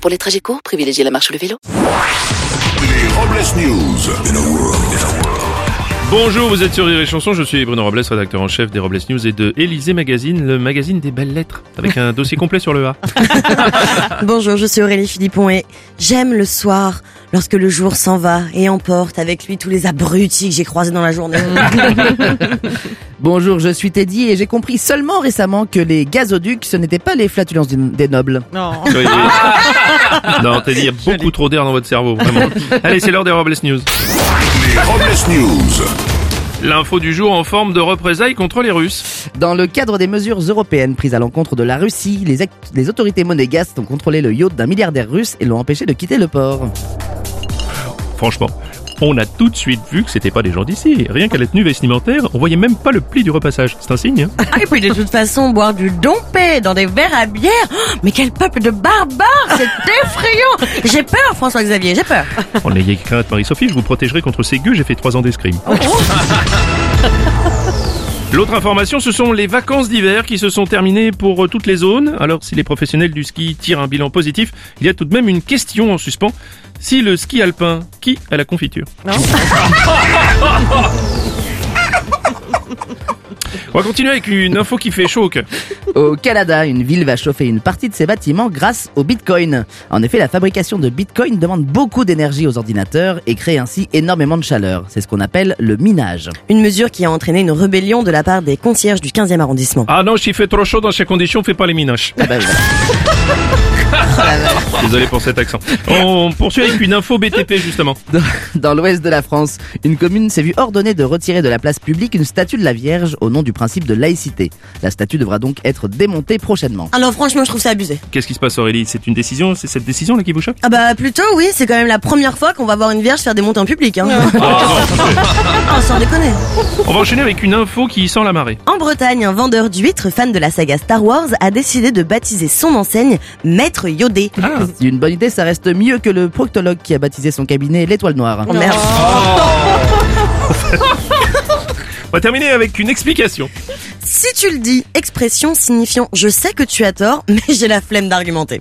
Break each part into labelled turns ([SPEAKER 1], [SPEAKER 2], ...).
[SPEAKER 1] Pour les trajets courts, privilégiez la marche ou le vélo.
[SPEAKER 2] Les Robles News.
[SPEAKER 3] Bonjour, vous êtes sur Rire et Chanson, je suis Bruno Robles, rédacteur en chef des Robles News et de Élysée Magazine, le magazine des belles lettres, avec un dossier complet sur le A.
[SPEAKER 4] Bonjour, je suis Aurélie Philippon et j'aime le soir lorsque le jour s'en va et emporte avec lui tous les abrutis que j'ai croisés dans la journée.
[SPEAKER 5] Bonjour, je suis Teddy et j'ai compris seulement récemment que les gazoducs, ce n'étaient pas les flatulences du- des nobles.
[SPEAKER 3] Oui, oui. Non, t'as dit, il y a beaucoup trop d'air dans votre cerveau, vraiment. Allez, c'est l'heure des Robles News.
[SPEAKER 2] Les Robles News.
[SPEAKER 3] L'info du jour en forme de représailles contre les Russes.
[SPEAKER 5] Dans le cadre des mesures européennes prises à l'encontre de la Russie, les, act- les autorités monégasques ont contrôlé le yacht d'un milliardaire russe et l'ont empêché de quitter le port.
[SPEAKER 3] Franchement. On a tout de suite vu que c'était pas des gens d'ici. Rien qu'à la tenue vestimentaire, on voyait même pas le pli du repassage. C'est un signe. hein.
[SPEAKER 4] Ah, et puis de toute façon, boire du dompé dans des verres à bière, oh, mais quel peuple de barbares, c'est effrayant J'ai peur, François-Xavier, j'ai peur.
[SPEAKER 3] En ayez crainte, Marie-Sophie, je vous protégerai contre ces gueux, j'ai fait trois ans d'escrime. L'autre information, ce sont les vacances d'hiver qui se sont terminées pour euh, toutes les zones. Alors, si les professionnels du ski tirent un bilan positif, il y a tout de même une question en suspens. Si le ski alpin, qui a la confiture On va continuer avec une info qui fait chaud au cœur.
[SPEAKER 5] Au Canada, une ville va chauffer une partie de ses bâtiments grâce au Bitcoin. En effet, la fabrication de Bitcoin demande beaucoup d'énergie aux ordinateurs et crée ainsi énormément de chaleur. C'est ce qu'on appelle le minage.
[SPEAKER 4] Une mesure qui a entraîné une rébellion de la part des concierges du 15e arrondissement.
[SPEAKER 3] Ah non, s'il fait trop chaud dans ces conditions, fais pas les minaches.
[SPEAKER 5] Ah bah oui.
[SPEAKER 3] Désolé pour cet accent. On poursuit avec une info BTP justement.
[SPEAKER 5] Dans- Dans l'ouest de la France, une commune s'est vue ordonner de retirer de la place publique une statue de la Vierge au nom du principe de laïcité. La statue devra donc être démontée prochainement.
[SPEAKER 4] Alors franchement, je trouve ça abusé.
[SPEAKER 3] Qu'est-ce qui se passe Aurélie C'est une décision C'est cette décision là qui vous choque
[SPEAKER 4] Ah bah plutôt oui, c'est quand même la première fois qu'on va voir une vierge faire des montées en public. Hein. Ah, sans déconner.
[SPEAKER 3] On va enchaîner avec une info qui sent la marée.
[SPEAKER 4] En Bretagne, un vendeur d'huîtres fan de la saga Star Wars a décidé de baptiser son enseigne Maître Yodé.
[SPEAKER 5] Une bonne idée, ça reste mieux que le proctologue qui a baptisé son cabinet l'étoile noire.
[SPEAKER 4] Oh merde.
[SPEAKER 3] On va terminer avec une explication.
[SPEAKER 4] Si tu le dis, expression signifiant je sais que tu as tort, mais j'ai la flemme d'argumenter.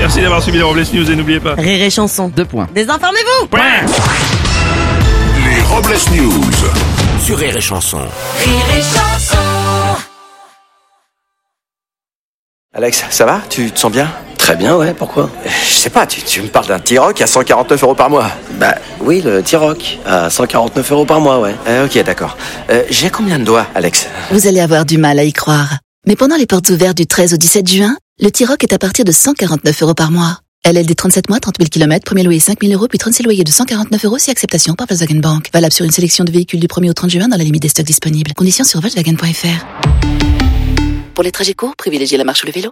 [SPEAKER 3] Merci d'avoir suivi les Robles News et n'oubliez pas.
[SPEAKER 4] Rire et chanson.
[SPEAKER 5] Deux points.
[SPEAKER 4] Désinformez-vous
[SPEAKER 2] Les Robles News.
[SPEAKER 6] Sur Rire et Chanson.
[SPEAKER 7] Alex, ça va Tu te sens bien
[SPEAKER 6] Très bien, ouais, pourquoi
[SPEAKER 7] Euh, Je sais pas, tu, tu me parles d'un T-Rock à 149 euros par mois.
[SPEAKER 6] Bah oui, le T-Rock, à 149 euros par mois, ouais.
[SPEAKER 7] Euh, ok, d'accord. Euh, J'ai combien de doigts, Alex
[SPEAKER 1] Vous allez avoir du mal à y croire. Mais pendant les portes ouvertes du 13 au 17 juin, le T-Rock est à partir de 149 euros par mois. LLD 37 mois, 30 000 km, premier loyer 5 000 euros, puis 36 loyers de 149 euros si acceptation par Volkswagen Bank. Valable sur une sélection de véhicules du 1er au 30 juin dans la limite des stocks disponibles. Conditions sur Volkswagen.fr. Pour les trajets courts, privilégiez la marche ou le vélo.